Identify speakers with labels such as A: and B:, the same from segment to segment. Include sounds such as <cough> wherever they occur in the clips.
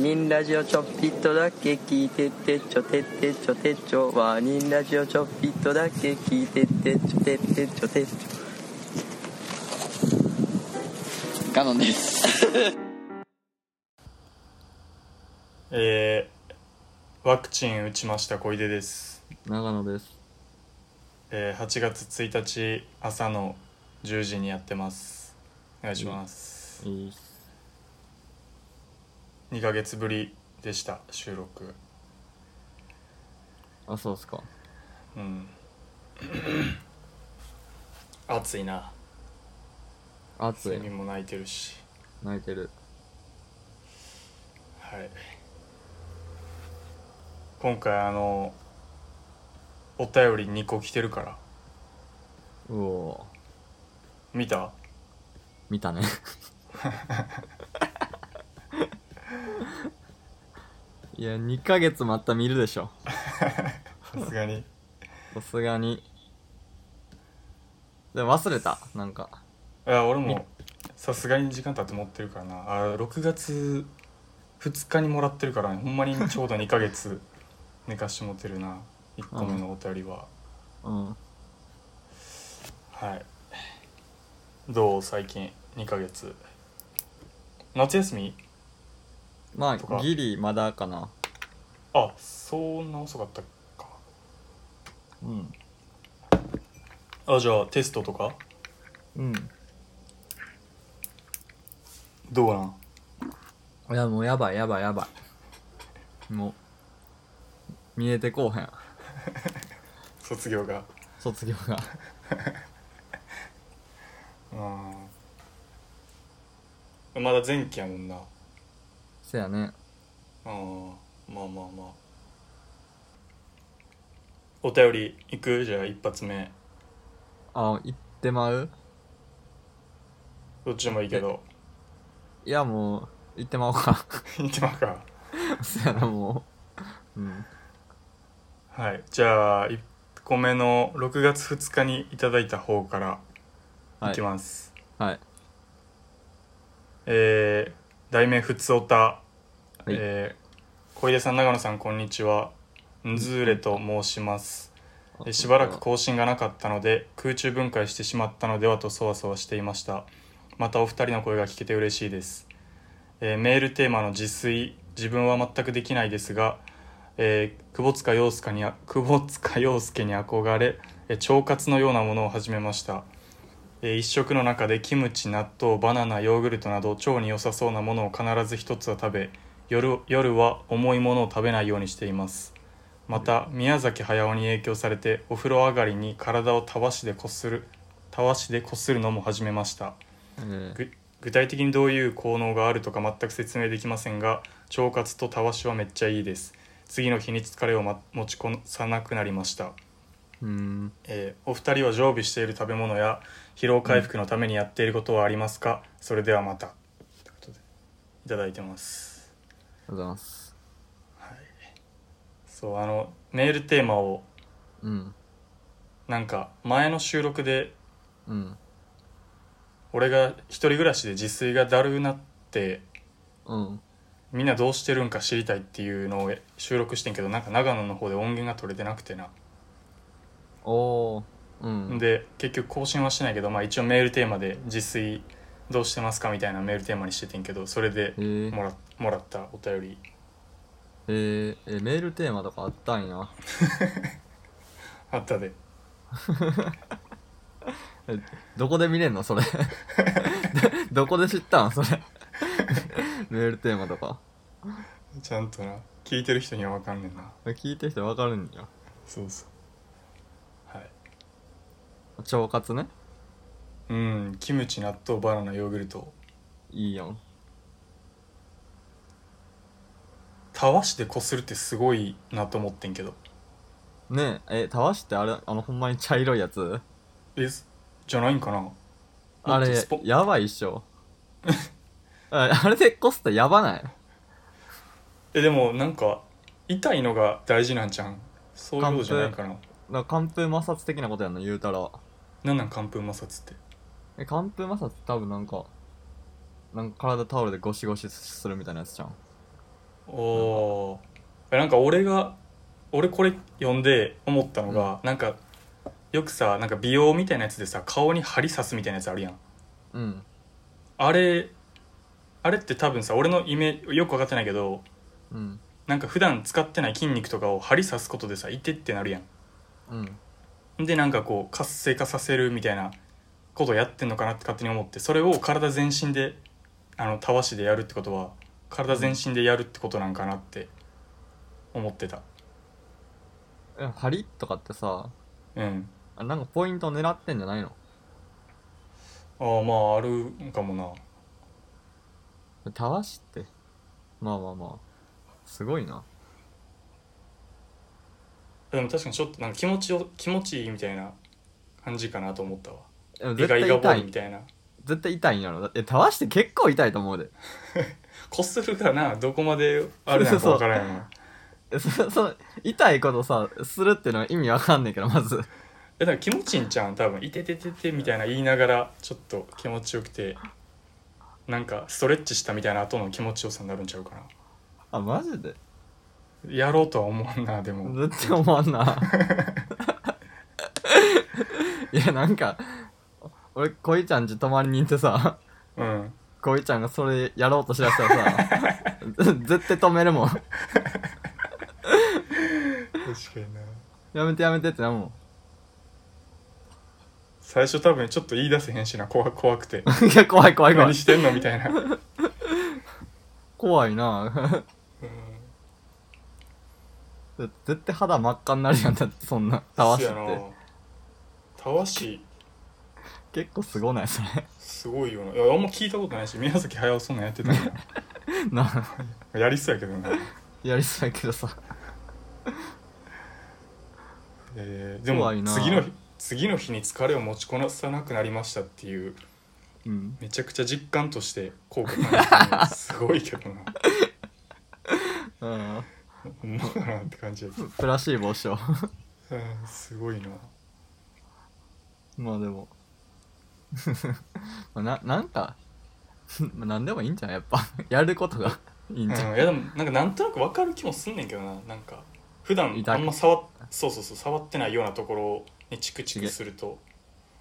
A: ニンラジオちょっぴっとだけ聞いてってちょてってちょてちょワニンラジオちょっぴっとだけ聞いてってちょてってちょてちょ
B: ガノンです。
C: えー、ワクチン打ちました小出です、
D: 長野です
C: えー、8月1日朝の10時にやってますお願いします、
D: いいっす
C: 2ヶ月ぶりでした収録
D: あそうっすか
C: うん
D: <coughs>
C: 暑いな
D: 暑
C: セミ
D: い
C: も泣いてるし
D: 泣いてる
C: はい今回あのお便り2個来てるから
D: うおー
C: 見た
D: 見たねいや2ヶ月また見るでしょ
C: さすがに
D: さすがにでも忘れたなんか
C: いや俺もさすがに時間経って持ってるからなあ6月2日にもらってるから、ね、ほんまにちょうど2ヶ月寝かして持ってるな1個目のお便りは、
D: うん
C: はいどう最近2ヶ月夏休み
D: ま
C: と
D: あ
C: か
D: ギリまだかな
C: あそんな遅かったか
D: うん
C: あじゃあテストとか
D: うん
C: どうなん
D: いやもうやばいやばいやばいもう見えてこうへん
C: 卒業が
D: 卒業が
C: うんまだ前期やもんな
D: せやね
C: ああまあまあまあお便り行くじゃあ一発目
D: あ行ってまう
C: どっちでもいいけど
D: いやもう行ってまおうか
C: 行ってまうか
D: そやなもううん
C: はいじゃあ1個目の6月2日にいただいた方から
D: はい
C: いきます、
D: はい
C: えー、題名「ふつおた」
D: い
C: えー小出さん長野さんこんにちはんずーれと申しますえしばらく更新がなかったので空中分解してしまったのではとそわそわしていましたまたお二人の声が聞けて嬉しいです、えーメールテーマの自炊自分は全くできないですが、えー久保塚洋介にあ久保塚洋介に憧れ、えー腸活のようなものを始めました、えー一食の中でキムチ納豆バナナヨーグルトなど腸に良さそうなものを必ず一つは食べ夜夜は重いものを食べないようにしていますまた宮崎駿に影響されてお風呂上がりに体をたわしでこするたわしでこするのも始めました
D: えー
C: ぐ具体的にどういう効能があるとか全く説明できませんが腸活とたわしはめっちゃいいです次の日に疲れを、ま、持ちこさなくなりました
D: うーん
C: えーお二人は常備している食べ物や疲労回復のためにやっていることはありますか、それではまたということでいただいてます
D: ありがとうございます
C: そうあのメールテーマを
D: うん
C: なんか前の収録で
D: うん
C: 俺が一人暮らしで自炊がだるなって
D: うん
C: みんなどうしてるんか知りたいっていうのを収録してんけどなんか長野の方で音源が取れてなくてな、
D: おーうん
C: で結局更新はしてないけど、まあ、一応メールテーマで「自炊どうしてますか?」みたいなメールテーマにしててんけどそれで
D: えー、
C: もらもらったお便り
D: えーえメールテーマとかあったんや
C: あったで
D: どこで見れんのそれ <laughs> どこで知ったんそれ <laughs> メールテーマとか
C: ちゃんとな聞いてる人には分かんねんな
D: 聞いてる人わかるんや
C: そうそうはい
D: 腸活ね
C: うんキムチ納豆バナナヨーグルト
D: いいやん
C: たわしでこするってすごいなと思ってんけど
D: ねええたわしってあれあのほんまに茶色いやつ
C: えじゃないんかな
D: あ
C: もっと
D: れ
C: スポ、
D: やばいっしょ。 <laughs> ああれでコストやばない
C: えでもなんか痛いのが大事なんじゃんそういうことじゃないかな
D: なんか寒風摩擦的なことやんの言うたら。
C: なんなん寒風摩擦って
D: え、寒風摩擦って多分なんか、なんか体タオルでゴシゴシするみたいなやつじゃん。
C: おーなんか俺が俺これ読んで思ったのが、なんかよくさなんか美容みたいなやつでさ顔に針刺すみたいなやつあるやん
D: うん
C: あれあれって多分さ俺のイメよく分かってないけど
D: うん
C: なんか普段使ってない筋肉とかを針刺すことでさいてってなるや
D: うん
C: んでなんかこう活性化させるみたいなことをやってんのかなって勝手に思ってそれを体全身であのたわしでやるってことは体全身でやるってことなんかなって思ってた
D: え針とかってさ
C: うん
D: あなんかポイントを狙ってんじゃないの
C: ああまああるんかもな
D: たわしってまあまあまあすごいな
C: でも確かにちょっとなんか気持ちを気持ちいいみたいな感じかなと思ったわ
D: でも
C: 意
D: 絶
C: 外
D: 対
C: がボ
D: 痛
C: ーイみ
D: い
C: たいな
D: 絶対痛いんやろだってたわしって結構痛いと思うで
C: こするかなどこまであるなのか分からんよな
D: えそそ痛いことさするっていうのは意味わかんないけどまず
C: えだから気持ちいいんちゃうん多分「いてててて」みたいな言いながらちょっと気持ちよくてなんかストレッチしたみたいな後の気持ちよさになるんちゃうか
D: あマジで
C: なやろうとは思わんなでも
D: 絶対思わんな <laughs> いやなんか俺こいちゃんち泊まりに行ってさ
C: うん
D: こいちゃんがそれやろうとしだしたらさ <laughs> 絶対止めるもん
C: 確かにな
D: やめてやめてってなるもん
C: 最初多分ちょっと言い出せへんしな怖怖くて
D: いや怖い怖い怖
C: 何
D: い
C: してんのみたいな
D: 怖いなだって絶対肌真っ赤になるやんだってそんな <laughs> たわしっ
C: そうやな
D: て
C: たわし
D: 結構すごないそれ
C: すごいよないやあんま聞いたことないし宮崎駿そんなんやってた
D: <laughs>
C: んや
D: な
C: やりそうやけどな、
D: やりそうやけどさ
C: えーでも
D: 怖いな
C: 次の日次の日に疲れを持ちこなさなくなりましたっていう
D: うん
C: めちゃくちゃ実感として効果感じてるのすごいけどな
D: うん
C: ほんまかなって感じや
D: <laughs>
C: けど
D: プラシーボしよ
C: うんすごいな
D: うまあでも <laughs> まあななんか <laughs> まあなんでもいいんじゃんやっぱ <laughs> やることがいいんじゃん、
C: うんいやでもなんかなんとなく分かる気もすんねんけどななんか普段
D: 痛い
C: あんま触っそうそうそう触ってないようなところにチクチクすると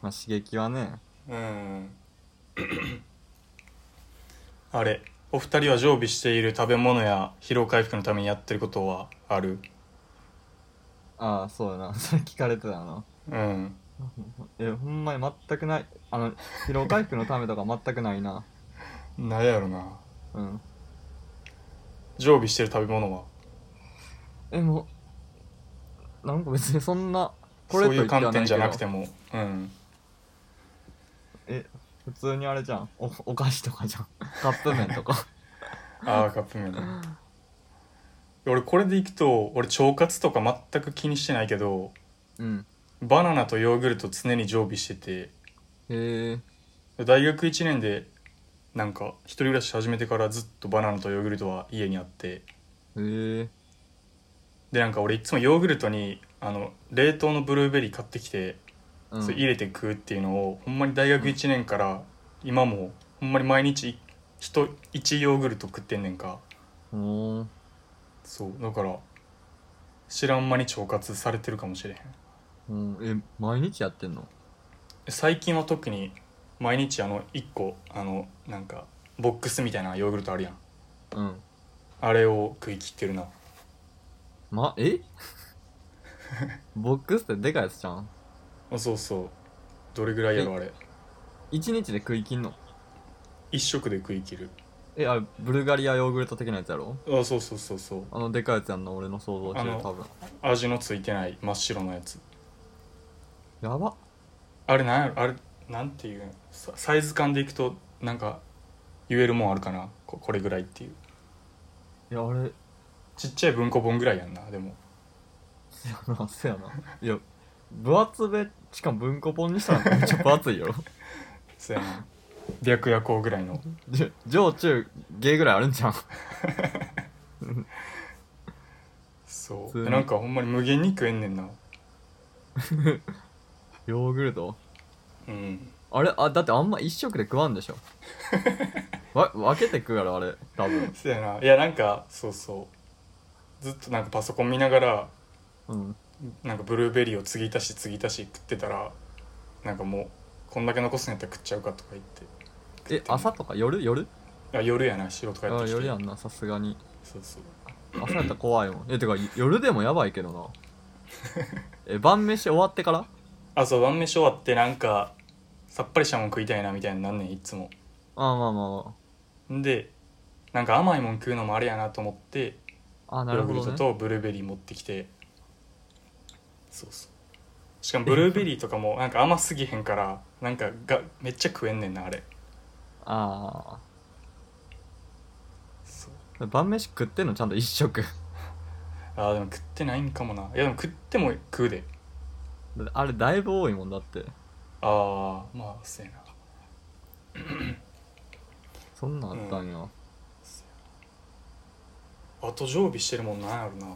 D: まあ刺激はね
C: うんあれお二人は常備している食べ物や疲労回復のためにやってることはある
D: ああそうやな <laughs> それ聞かれてたな
C: うん
D: えほんまに全くないあの疲労回復のためとか全くないな
C: なんやろな
D: うん
C: 常備してる食べ物は
D: えもうなんか別にそんなこ
C: そ
D: れと
C: うい
D: 言っ
C: う
D: て
C: 観
D: はないけど
C: 点じゃなくてもうん
D: え普通にあれじゃんおお菓子とかじゃん <laughs> カップ麺
C: <laughs>
D: とか
C: ああカップ麺ね俺これでいくと俺腸活とか全く気にしてないけど
D: うん
C: バナナとヨーグルト常に常備してて
D: へえ
C: 大学1年でなんか一人暮らし始めてからずっとバナナとヨーグルトは家にあって
D: へえ
C: でなんか俺いつもヨーグルトにあの冷凍のブルーベリー買ってきて、
D: うん
C: それ入れて食うっていうのをほんまに大学1年から今もほんまに毎日1ヨーグルト食ってんねんか
D: おー
C: そうだから知らん間に腸活されてるかもしれへん
D: うん、え毎日やってんの
C: 最近は特に毎日あの1個あのなんかボックスみたいなヨーグルトあるやん
D: うん
C: あれを食い切ってるな
D: まえ <laughs> ボックスってでかいやつじゃん
C: あそうそうどれぐらいやろあれ
D: 一日で食い切んの
C: 1食で食い切る
D: えあブルガリアヨーグルト的なやつやろ
C: あそうそうそうそう
D: あのでかいやつやんな俺の想像
C: あ
D: 中
C: の
D: 多分
C: 味のついてない真っ白のやつ
D: やば
C: あれなんやろあれなんていうのササイズ感でいくとなんか言えるもんあるかなここれぐらいっていう
D: いやあれ <laughs>
C: ちっちゃい文庫本ぐらいやんなでも
D: せやなせやないや分厚めしかも文庫本にしたら <laughs> めっちゃ分厚いよ
C: そうやな白夜行ぐらいの
D: じゅ上中下ぐらいあるんじゃん
C: そ
D: 普通
C: う
D: に
C: でなんかほんまに無限に食えんねんな
D: ヨーグルト
C: うん <laughs>
D: あれあだってあんま一食で食わんでしょわ分けて食うやろあれ多分
C: そうやないやなんかそうそうずっとなんかパソコン見ながら
D: うん
C: なんかブルーベリーを継ぎ足し継ぎ足し食ってたらなんかもうこんだけ残すんやったら食っちゃうかとか言って食っ
D: え
C: て
D: 朝とか夜夜
C: あ夜やな白とかやって
D: あ
C: きて
D: 夜やんなさすがに
C: そうそう
D: 朝やったら怖いもんえてか夜でもやばいけどなえ晩飯終わってから
C: あそう晩飯終わってなんかさっぱりしたもん食いたいなみたいになんねんいつも
D: あまあまあま
C: んでなんか甘いもん食うのもあれやなと思って
D: ああな
C: ヨ
D: る
C: ーグ
D: ほ
C: ル
D: ど
C: ト
D: ね
C: とブルーベリー持ってきてそうそうしかもブルーベリーとかもなんか甘すぎへんからなんかがめっちゃ食えんねんなあれ
D: あ
C: そう
D: あ晩飯食ってんのちゃんと一食 <laughs>
C: あーでも食ってないんかもないやでも食っても食うで
D: だってあれだいぶ多いもんだって
C: ああまあそうやな
D: そんなんあったんや、
C: あと常備してるもんなんやろな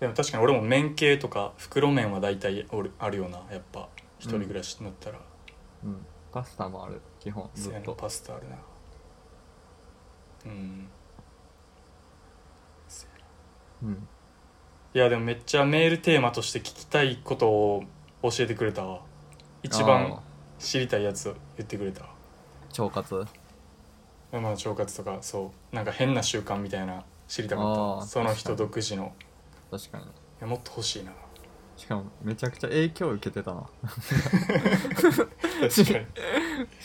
C: でも確かに俺も麺系とか袋麺は大体おるあるよなやっぱ一人暮らしになったら、
D: うん、パスタもある基本ず
C: そうや
D: っ
C: な
D: と
C: パスタあるなうんそうやな
D: うん
C: いやでもめっちゃメールテーマとして聞きたいことを教えてくれたわ一
D: あ
C: 番
D: あ
C: 知りたいやつを言ってくれたわ
D: 腸活
C: まあ腸活とかそうなんか変な習慣みたいな知りたか
D: あ
C: っ
D: あ
C: たその人
D: 確か
C: 独自の
D: 確かに
C: いやもっと欲しいな
D: しかもめちゃくちゃ影響受けてたな
C: 確かに
D: し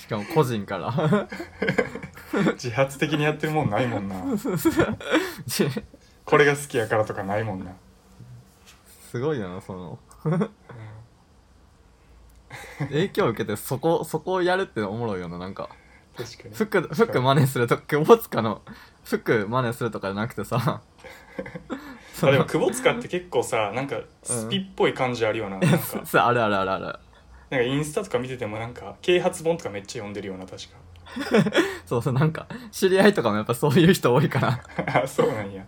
D: かも個人から <laughs>
C: 自発的にやってるもんないもんな
D: ち
C: これが好きやからとかないもんな
D: すごいよなその影響受けてそこそこをやるっておもろいよななんか
C: 確かに
D: 服服真似すると窪塚の服真似するとかじゃなくてさ
C: あでも久保塚って結構さなんかスピっぽい感じあるよな,、なん <laughs> か
D: <laughs> そうあるあるあるある
C: なんかインスタとか見ててもなんか啓発本とかめっちゃ読んでるような確
D: そうそうなんか知り合いとかもやっぱそういう人多いか
C: <laughs>
D: ら
C: かあそうなんや、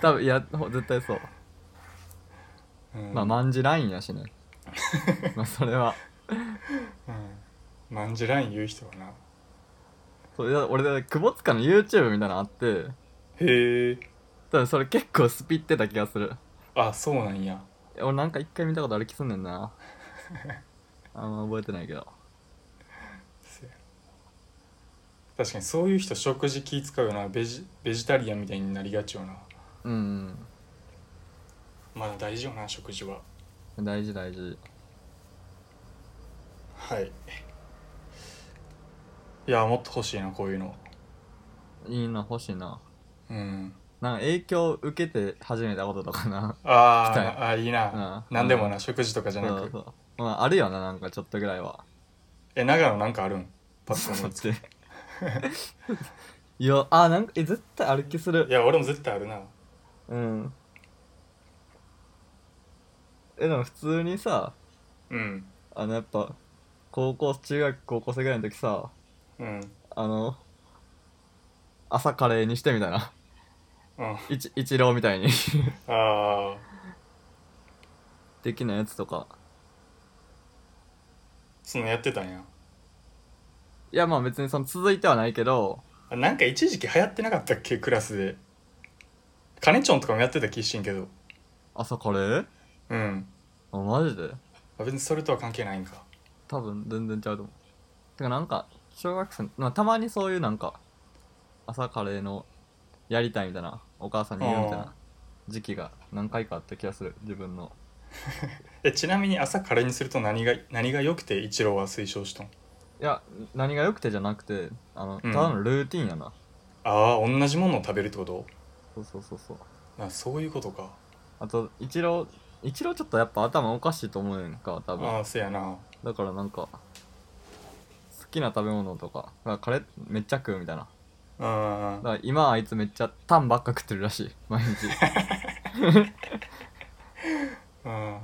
D: 多分いやほ絶対そう
C: うん、
D: まあ万字ラインやしねまあそれは
C: うんまんじライン言う人はな
D: それ俺で窪塚の YouTube みたいなのあって
C: へえ
D: 多分それ結構スピってた気がする
C: あそうなんや
D: 俺なんか一回見たことある気すんねん
C: <laughs>
D: なあんま覚えてないけど
C: せや確かにそういう人食事気使うよなベジベジタリアンみたいになりがちよな
D: うん
C: まだ大事よな食事は
D: うん大事大事
C: はいいやもっと欲しいなこういうの
D: いいな欲しいな
C: うん
D: なんか影響受けて始めたこととかな
C: あ
D: 来たよ
C: ーあいいな、
D: うん
C: なん、何でもな、食事とかじゃ <laughs>
D: そ
C: なく
D: うそうまああるよななんかちょっとぐらいは
C: え長野なんかあるんパ
D: ち
C: ソ
D: ょっ
C: コ
D: と
C: ンのやつ <laughs>
D: 待っていやあなんかえ絶対歩きする
C: <laughs> いや俺も絶対あるな
D: うん。え、でも普通にさ、
C: うん
D: あのやっぱ、高校、中学、高校生ぐらいの時さ、
C: うん
D: あの、朝カレーにしてみたいな。
C: うん
D: いち、一郎みたいに。 <laughs>
C: ああ
D: 的なやつとか。
C: そのやってたんや
D: いや、まあ別にその続いてはないけど、
C: あなんか一時期流行ってなかったっけクラスでカネチョンとかもやってた気しんけど
D: 朝カレー
C: うん
D: あ、マジで
C: あ別にそれとは関係ないんか
D: 多分全然ちゃうと思う。てかなんか、小学生、まあたまにそういうなんか、朝カレーのやりたいみたいな、お母さんに言うみたい
C: あー
D: な時期が何回かあった気がする、自分の。
C: えちなみに朝カレーにすると何が何が良くてイチローは推奨しとん
D: いや何が良くてじゃなくてあの、
C: うん
D: ただのルーティンやな
C: ああ同じものを食べるってこと
D: そうそうそうそう
C: あそういうことか
D: あと一郎一郎ちょっとやっぱ頭おかしいと思うねんか多分
C: ああせやな
D: だからなんか好きな食べ物とかだからカレーめっちゃ食うみたいな
C: うん
D: だから今あいつめっちゃタンばっか食ってるらしい <laughs> 毎日
C: うん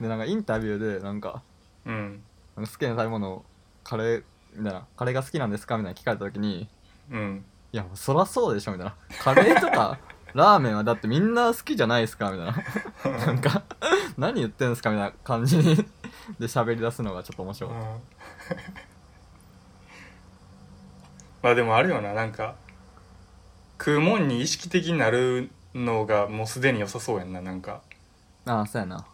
D: でなんかインタビューでなんか
C: うん
D: 好きな食べ物をカレーみたいなカレーが好きなんですかみたいな聞かれた時に
C: うん
D: いやもうそらそうでしょみたいなカレーとかラーメンはだってみんな好きじゃないですかみたいななんか何言ってんすかみたいな感じに <laughs> で喋り出すのがちょっと面白
C: う
D: かっ
C: ん <laughs> まあでもあるよななんか食うもんに意識的になるのがもうすでに良さそうやんななんか、
D: ああそうやな、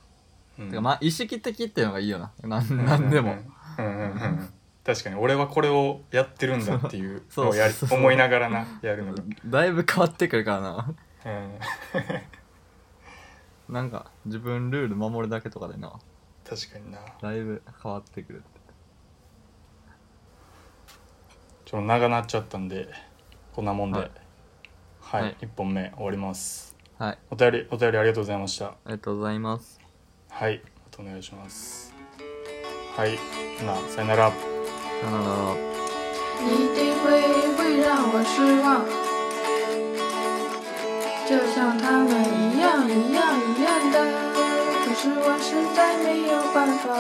C: うん
D: てかまあ意識的っていうのがいいよななんなんでも、
C: うんうんうんうん確かに俺はこれをやってるんだっていう
D: <laughs> そう
C: のをやり
D: そうそう
C: 思いながらなやるのが、
D: だいぶ変わってくるからな <laughs>
C: うん、
D: なんか自分ルール守るだけとかでな
C: 確かにな
D: だいぶ変わってくるって
C: ちょっと長なっちゃったんでこんなもんでは
D: はいい、はい
C: 1本目終わります
D: はい
C: お便りお便りありがとうございました
D: ありがとうございます
C: はいまたお願いしますはいほなさよなら
D: さよなら
E: 你的回忆会让我失望，就像他们一样一样一样的，可是我实在没有办法了，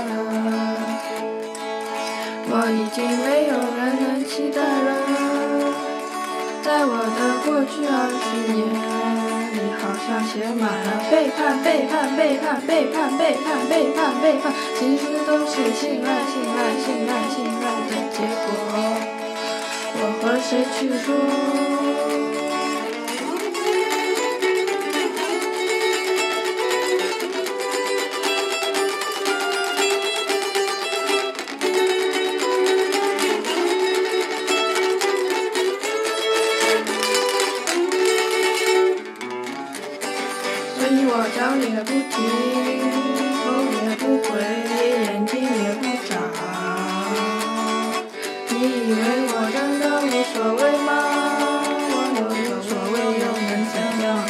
E: 我已经没有人能期待了，在我的过去二十年。你好像写满了背叛，背叛，背叛，背叛，背叛，背叛，背叛，其实都是信赖，信赖，信赖，信赖的结果。我和谁去说？所以我找也不停，头也不回，眼睛也不眨。你以为我真的无所谓吗？我无所谓又能怎样？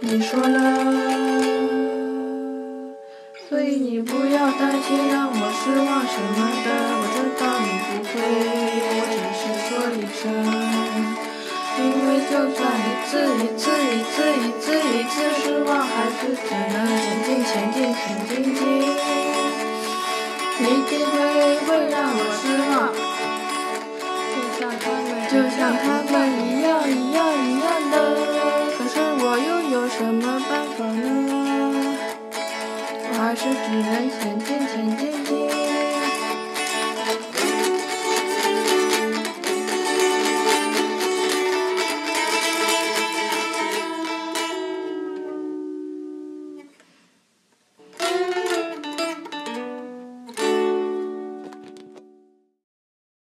E: 你说呢？所以你不要担心让我失望什么的，我知道你不会，我只是说一声，因为就算一次一次一次一次一次失望，还是只能前进前进前进进，你一定会会让我失望。就像他们一样一样一样的，可是我又有什么办法呢？我还是只能前进前进进。